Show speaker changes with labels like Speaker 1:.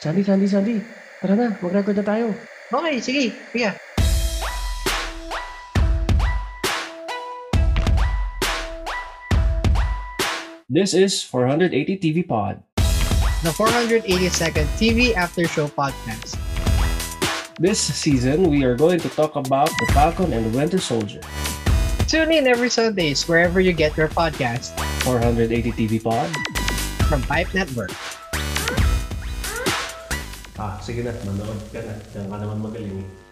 Speaker 1: Sandy, Sandy, Sandy. Tara na, mag-record na tayo.
Speaker 2: Okay, sige. Kuya.
Speaker 3: This is 480 TV Pod.
Speaker 2: The 482nd TV After Show Podcast.
Speaker 3: This season, we are going to talk about the Falcon and the Winter Soldier.
Speaker 2: Tune in every Sundays wherever you get your podcast
Speaker 3: 480 TV Pod.
Speaker 2: from Pipe Network.
Speaker 4: Ah, sige na, manood ka na. Diyan ka naman magaling eh.